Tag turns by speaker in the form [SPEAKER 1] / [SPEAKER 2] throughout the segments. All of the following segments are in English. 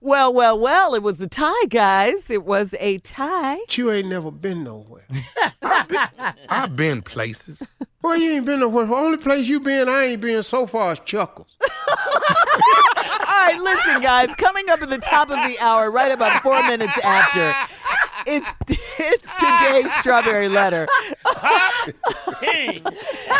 [SPEAKER 1] Well, well, well, it was a tie, guys. It was a tie.
[SPEAKER 2] You ain't never been nowhere.
[SPEAKER 3] I've been places.
[SPEAKER 2] Boy, you ain't been nowhere. The only place you been, I ain't been so far is Chuckles.
[SPEAKER 1] All right, listen, guys. Coming up at the top of the hour, right about four minutes after, it's it's today's strawberry letter.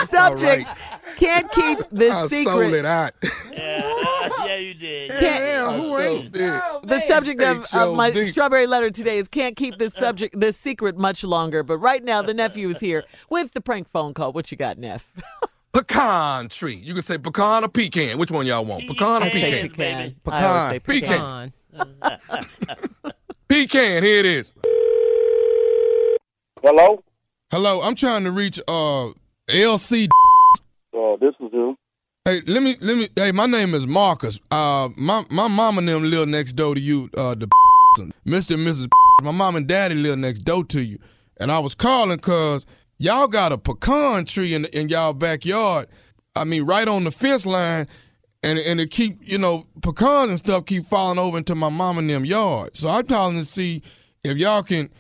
[SPEAKER 1] Subject: Can't keep this
[SPEAKER 3] I
[SPEAKER 1] secret.
[SPEAKER 3] sold it out.
[SPEAKER 4] yeah, you did.
[SPEAKER 2] Hell, who ain't been?
[SPEAKER 1] The subject of, of my
[SPEAKER 3] H.O.D..
[SPEAKER 1] strawberry letter today is can't keep this subject this secret much longer. But right now, the nephew is here with the prank phone call. What you got, Neff?
[SPEAKER 3] Pecan tree. You can say pecan or pecan. Which one y'all want? Pecan or pecan?
[SPEAKER 4] baby.
[SPEAKER 1] I always say
[SPEAKER 3] Pecan.
[SPEAKER 1] pecan. Uh,
[SPEAKER 5] On.
[SPEAKER 3] Pecan. Here it is.
[SPEAKER 6] Hello?
[SPEAKER 3] Hello, I'm trying to reach uh LC.
[SPEAKER 6] Uh, this is him.
[SPEAKER 3] Hey, let me let me. Hey, my name is Marcus. Uh, my my mom and them live next door to you. Uh, the Mr. and Mrs. My mom and daddy live next door to you, and I was calling cause y'all got a pecan tree in in y'all backyard. I mean, right on the fence line, and and it keep you know pecans and stuff keep falling over into my mom and them yard. So I'm calling to see if y'all can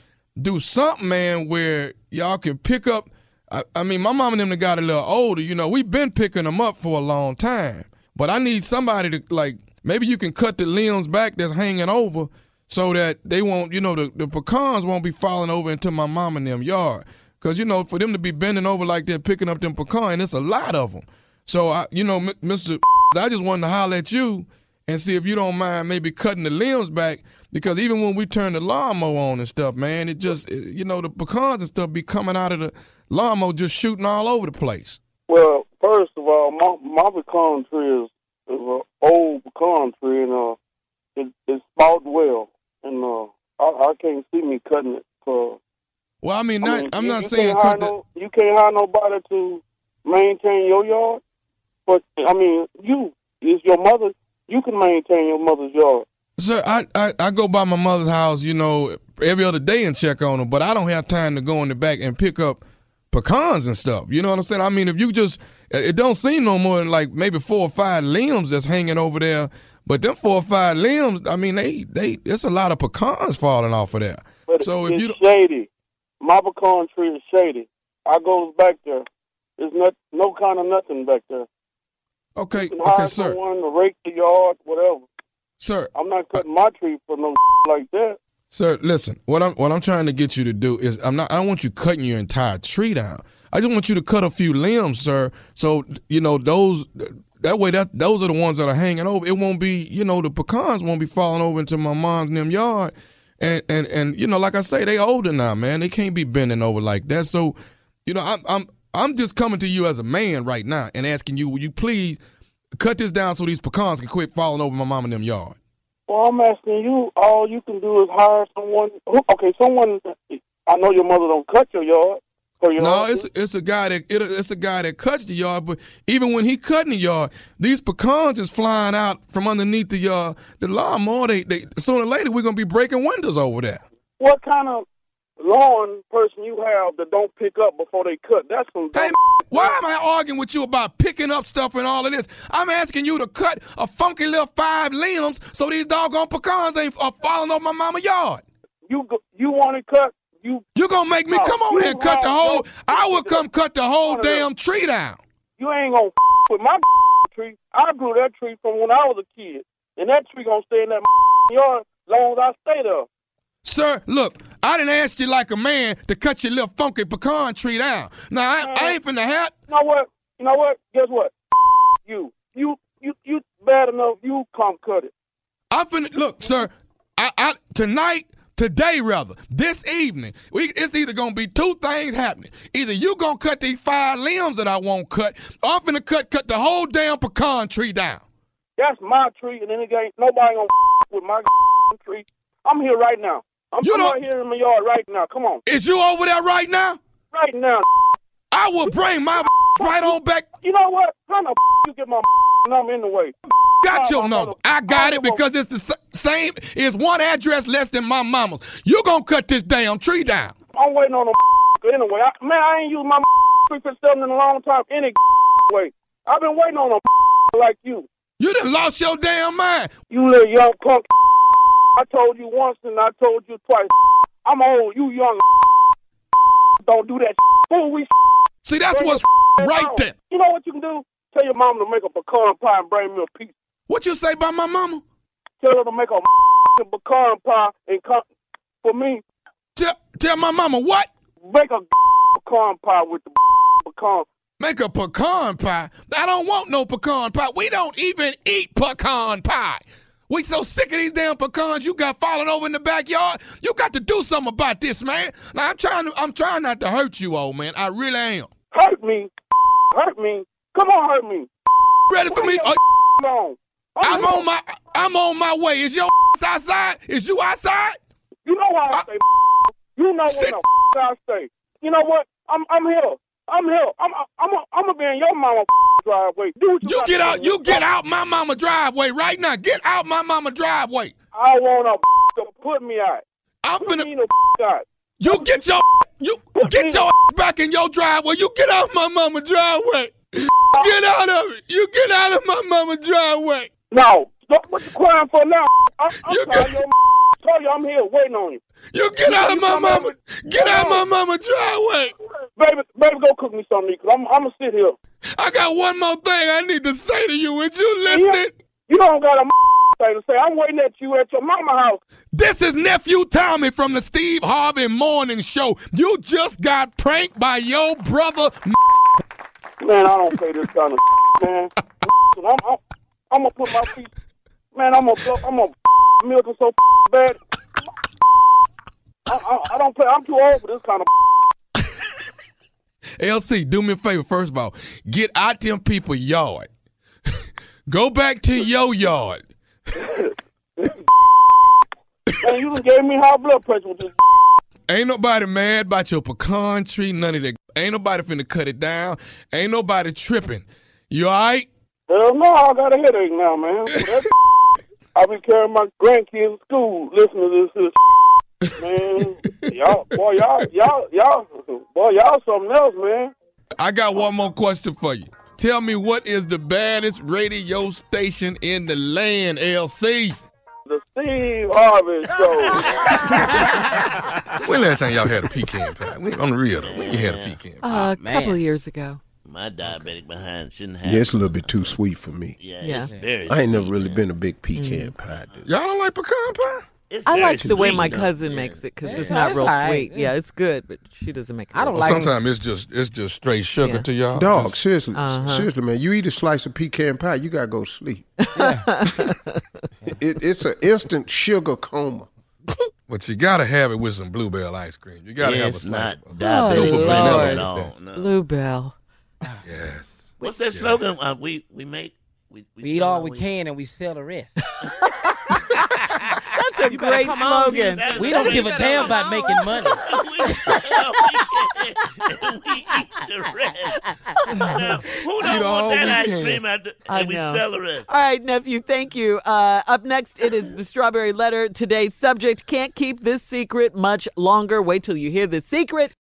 [SPEAKER 3] do something, man, where y'all can pick up. I, I mean, my mom and them done got a little older. You know, we've been picking them up for a long time. But I need somebody to like maybe you can cut the limbs back that's hanging over so that they won't, you know, the, the pecans won't be falling over into my mom and them yard. Cause you know, for them to be bending over like they're picking up them pecan, it's a lot of them. So I, you know, M- Mr. I just wanted to holler at you and see if you don't mind maybe cutting the limbs back because even when we turn the lawnmower on and stuff, man, it just it- you know the pecans and stuff be coming out of the lawnmower just shooting all over the place.
[SPEAKER 6] Well, first of all, my, my pecan tree is, is an old pecan tree, and uh, it, it's spouting well, and uh, I, I can't see me cutting it. So,
[SPEAKER 3] Well, I mean,
[SPEAKER 6] I
[SPEAKER 3] not,
[SPEAKER 6] mean,
[SPEAKER 3] I'm
[SPEAKER 6] you-
[SPEAKER 3] not
[SPEAKER 6] you
[SPEAKER 3] saying
[SPEAKER 6] can't hire
[SPEAKER 3] cut the,
[SPEAKER 6] no, you can't hire nobody to maintain your yard, but I mean, you is your mother. You can maintain your mother's yard.
[SPEAKER 3] Sir, I, I, I go by my mother's house, you know, every other day and check on her, but I don't have time to go in the back and pick up pecans and stuff. You know what I'm saying? I mean, if you just, it it don't seem no more than like maybe four or five limbs that's hanging over there, but them four or five limbs, I mean, they, they, it's a lot of pecans falling off of there.
[SPEAKER 6] But
[SPEAKER 3] So if
[SPEAKER 6] it's
[SPEAKER 3] you don't,
[SPEAKER 6] shady. My pecan tree is shady. I goes back there. There's not no kind of nothing back there.
[SPEAKER 3] okay,
[SPEAKER 6] can
[SPEAKER 3] okay,
[SPEAKER 6] hire
[SPEAKER 3] sir,
[SPEAKER 6] someone to rake the yard, whatever.
[SPEAKER 3] sir,
[SPEAKER 6] I'm not cutting my tree for no like that.
[SPEAKER 3] Sir, listen. What I'm what I'm trying to get you to do is I'm not. I don't want you cutting your entire tree down. I just want you to cut a few limbs, sir. So you know those. That way, that those are the ones that are hanging over. It won't be, you know, the pecans won't be falling over into my mom's and them yard. And and and you know, like I say, they older now, man. They can't be bending over like that. So, you know, I'm I'm I'm just coming to you as a man right now and asking you, will you please cut this down so these pecans can quit falling over my mom and them yard.
[SPEAKER 6] Well, I'm asking you. All you can do is hire someone. who- Okay, someone. I know your mother don't cut your yard. So your
[SPEAKER 3] No, it's it's a guy that it, it's a guy that cuts the yard. But even when he cutting the yard, these pecans is flying out from underneath the yard. The lawnmower. They, they sooner or later we're gonna be breaking windows over there.
[SPEAKER 6] what kind of lawn person you have that don't pick up before they cut? That's some.
[SPEAKER 3] Hey,
[SPEAKER 6] dumb-
[SPEAKER 3] why am I arguing with you about picking up stuff and all of this? I'm asking you to cut a funky little five limbs so these doggone pecans ain't are falling over my mama yard.
[SPEAKER 6] you go, you want to cut? You
[SPEAKER 3] You gonna make me
[SPEAKER 6] No,
[SPEAKER 3] come over
[SPEAKER 6] you
[SPEAKER 3] here and cut the
[SPEAKER 6] have
[SPEAKER 3] whole?
[SPEAKER 6] no-
[SPEAKER 3] I will come cut the whole
[SPEAKER 6] No, no, no.
[SPEAKER 3] damn tree down.
[SPEAKER 6] you ain't gonna with my tree. I grew that tree from when I was a kid, and that tree gonna stay in that yard long as I stay there.
[SPEAKER 3] Sir, look, I didn't ask you like a man to cut your little funky pecan tree down. Now I, I ain't finna have.
[SPEAKER 6] You know what? You know what? Guess what? You, you, you, you bad enough. You come cut it.
[SPEAKER 3] I'm finna look, sir. I, I tonight, today rather, this evening, we, it's either gonna be two things happening. Either you gonna cut these five limbs that I won't cut, or I'm finna cut cut the whole damn pecan tree down.
[SPEAKER 6] That's my tree, and then it ain't nobody gonna with my tree. I'm here right now. I'm,
[SPEAKER 3] You
[SPEAKER 6] I'm
[SPEAKER 3] don't-
[SPEAKER 6] right here in my yard right now. Come on,
[SPEAKER 3] Is you over there right now?
[SPEAKER 6] right now.
[SPEAKER 3] I will bring my right on back.
[SPEAKER 6] You know what? How the you get my number in the way?
[SPEAKER 3] Got your number. I got it because it's the sa- same. It's one address less than my mama's. You gonna cut this damn tree down?
[SPEAKER 6] I'm waiting on them anyway. I, man, I ain't used my tree for something in a long time any way. I've been waiting on them like you.
[SPEAKER 3] You done lost your damn mind.
[SPEAKER 6] You little young punk I told you once and I told you twice. I'm old, you young. Don't do that. Fool, we
[SPEAKER 3] See, that's
[SPEAKER 6] Bring
[SPEAKER 3] what's
[SPEAKER 6] that
[SPEAKER 3] right
[SPEAKER 6] out.
[SPEAKER 3] there.
[SPEAKER 6] You know what you can do? Tell your mom to make a pecan pie and bring me a piece.
[SPEAKER 3] What you say about my mama?
[SPEAKER 6] Tell her to make a pecan pie and come for me.
[SPEAKER 3] Tell, tell my mama what?
[SPEAKER 6] Make a pecan pie with the pecan.
[SPEAKER 3] Make a pecan pie. I don't want no pecan pie. We don't even eat pecan pie. We so sick of these damn pecans you got falling over in the backyard. You got to do something about this, man. Now I'm trying to I'm trying not to hurt you, old man. I really am.
[SPEAKER 6] Hurt me, hurt me. Come on, hurt me.
[SPEAKER 3] Ready for me? Are-
[SPEAKER 6] Come on.
[SPEAKER 3] I'm on my I'm on my way. Is your outside? Is you outside?
[SPEAKER 6] You know why I
[SPEAKER 3] I-
[SPEAKER 6] say. You know
[SPEAKER 3] Sit-
[SPEAKER 6] when the I say. You know what? I'm I'm here. I'm here. I'm I'm I'm gonna be in your mama driveway. Do what you,
[SPEAKER 3] You
[SPEAKER 6] gotta
[SPEAKER 3] get
[SPEAKER 6] do.
[SPEAKER 3] out you get out my mama driveway right now. Get out my mama driveway.
[SPEAKER 6] I want a to put me out.
[SPEAKER 3] I'm
[SPEAKER 6] Put
[SPEAKER 3] finna
[SPEAKER 6] me in a out.
[SPEAKER 3] You get your you get your back in your driveway. You get out my mama driveway. Get out of it. You get out of my mama driveway.
[SPEAKER 6] No. Look what you crying for now. I, I'm
[SPEAKER 3] You
[SPEAKER 6] you
[SPEAKER 3] got-
[SPEAKER 6] sorry, your told you I'm here waiting on you.
[SPEAKER 3] You get out of my mama. Get out my mama driveway.
[SPEAKER 6] Baby, baby, go cook me something to eat, cause I'm, I'm gonna sit here.
[SPEAKER 3] I got one more thing I need to say to you. Is you listening?
[SPEAKER 6] You don't got a thing to say. I'm waiting at you at your mama house.
[SPEAKER 3] This is nephew Tommy from the Steve Harvey Morning Show. You just got pranked by your brother.
[SPEAKER 6] Man, I don't play this kind of man. I'm, I'm, I'm gonna put my feet. Man, I'm gonna blow, I'm gonna milk it so bad. I, I, I don't play. I'm too old for this kind of.
[SPEAKER 3] LC, do me a favor. First of all, get out them people yard. Go back to your yard.
[SPEAKER 6] Man, you just gave me high blood pressure with this.
[SPEAKER 3] Ain't nobody mad about your pecan tree, none of that. Ain't nobody finna cut it down. Ain't nobody tripping. You alright?
[SPEAKER 6] Hell no, I got a headache now, man. That I be carrying my grandkids to school listening to this. this man, y'all, boy, y'all, y'all, y'all, boy, y'all something else, man.
[SPEAKER 3] I got one more question for you. Tell me what is the baddest radio station in the land, LC?
[SPEAKER 6] The Steve Harvey Show.
[SPEAKER 5] When last time y'all had a pecan pie? When, on the real though, when you had a pecan pie?
[SPEAKER 1] Uh, a
[SPEAKER 7] man.
[SPEAKER 1] couple of years ago.
[SPEAKER 4] My diabetic behind shouldn't have.
[SPEAKER 2] Yeah, it's a little bit too sweet for me.
[SPEAKER 4] Yeah,
[SPEAKER 1] Yeah.
[SPEAKER 4] it's very.
[SPEAKER 2] I ain't never
[SPEAKER 4] sweet. Mm.
[SPEAKER 2] really been a big pecan pie dude.
[SPEAKER 5] Y'all don't like pecan pie?
[SPEAKER 4] It's
[SPEAKER 1] I
[SPEAKER 4] very
[SPEAKER 1] like the way
[SPEAKER 4] sweet,
[SPEAKER 1] my
[SPEAKER 4] though.
[SPEAKER 1] cousin makes it because it's
[SPEAKER 7] Yeah,
[SPEAKER 1] not
[SPEAKER 7] it's
[SPEAKER 1] real
[SPEAKER 7] all
[SPEAKER 1] sweet.
[SPEAKER 7] right.
[SPEAKER 1] Yeah, it's good, but she doesn't make it.
[SPEAKER 7] I
[SPEAKER 1] real
[SPEAKER 7] don't like-
[SPEAKER 5] Sometimes it's just it's just straight sugar
[SPEAKER 1] Yeah.
[SPEAKER 5] to y'all.
[SPEAKER 2] Dog, seriously,
[SPEAKER 1] Uh-huh.
[SPEAKER 2] seriously, man, you eat a slice of pecan pie, you gotta go to sleep. it, it's an instant sugar coma.
[SPEAKER 5] But you gotta have it with some bluebell ice cream. You gotta have a
[SPEAKER 4] It's
[SPEAKER 5] slice.
[SPEAKER 4] not
[SPEAKER 3] Oh,
[SPEAKER 5] of-
[SPEAKER 4] diabetic
[SPEAKER 1] Lord.
[SPEAKER 4] behind at all. no.
[SPEAKER 1] Bluebell.
[SPEAKER 5] Yes.
[SPEAKER 4] What's that slogan? Uh, we we make we we,
[SPEAKER 7] We eat
[SPEAKER 4] sell
[SPEAKER 7] all we can and we sell the rest.
[SPEAKER 1] That's a great
[SPEAKER 7] come on,
[SPEAKER 1] slogan.
[SPEAKER 4] That's
[SPEAKER 7] We don't
[SPEAKER 4] what
[SPEAKER 7] give a
[SPEAKER 4] we sell.
[SPEAKER 7] damn about making money.
[SPEAKER 4] we sell all we can. We eat the rest. Now, who don't
[SPEAKER 5] all
[SPEAKER 4] want that
[SPEAKER 5] we
[SPEAKER 4] ice
[SPEAKER 5] can.
[SPEAKER 4] cream? Out the,
[SPEAKER 1] I
[SPEAKER 4] and we
[SPEAKER 1] know.
[SPEAKER 4] sell the rest.
[SPEAKER 1] All right, nephew, thank you. Uh, up next, it is the strawberry letter. Today's subject can't keep this secret much longer. Wait till you hear the secret.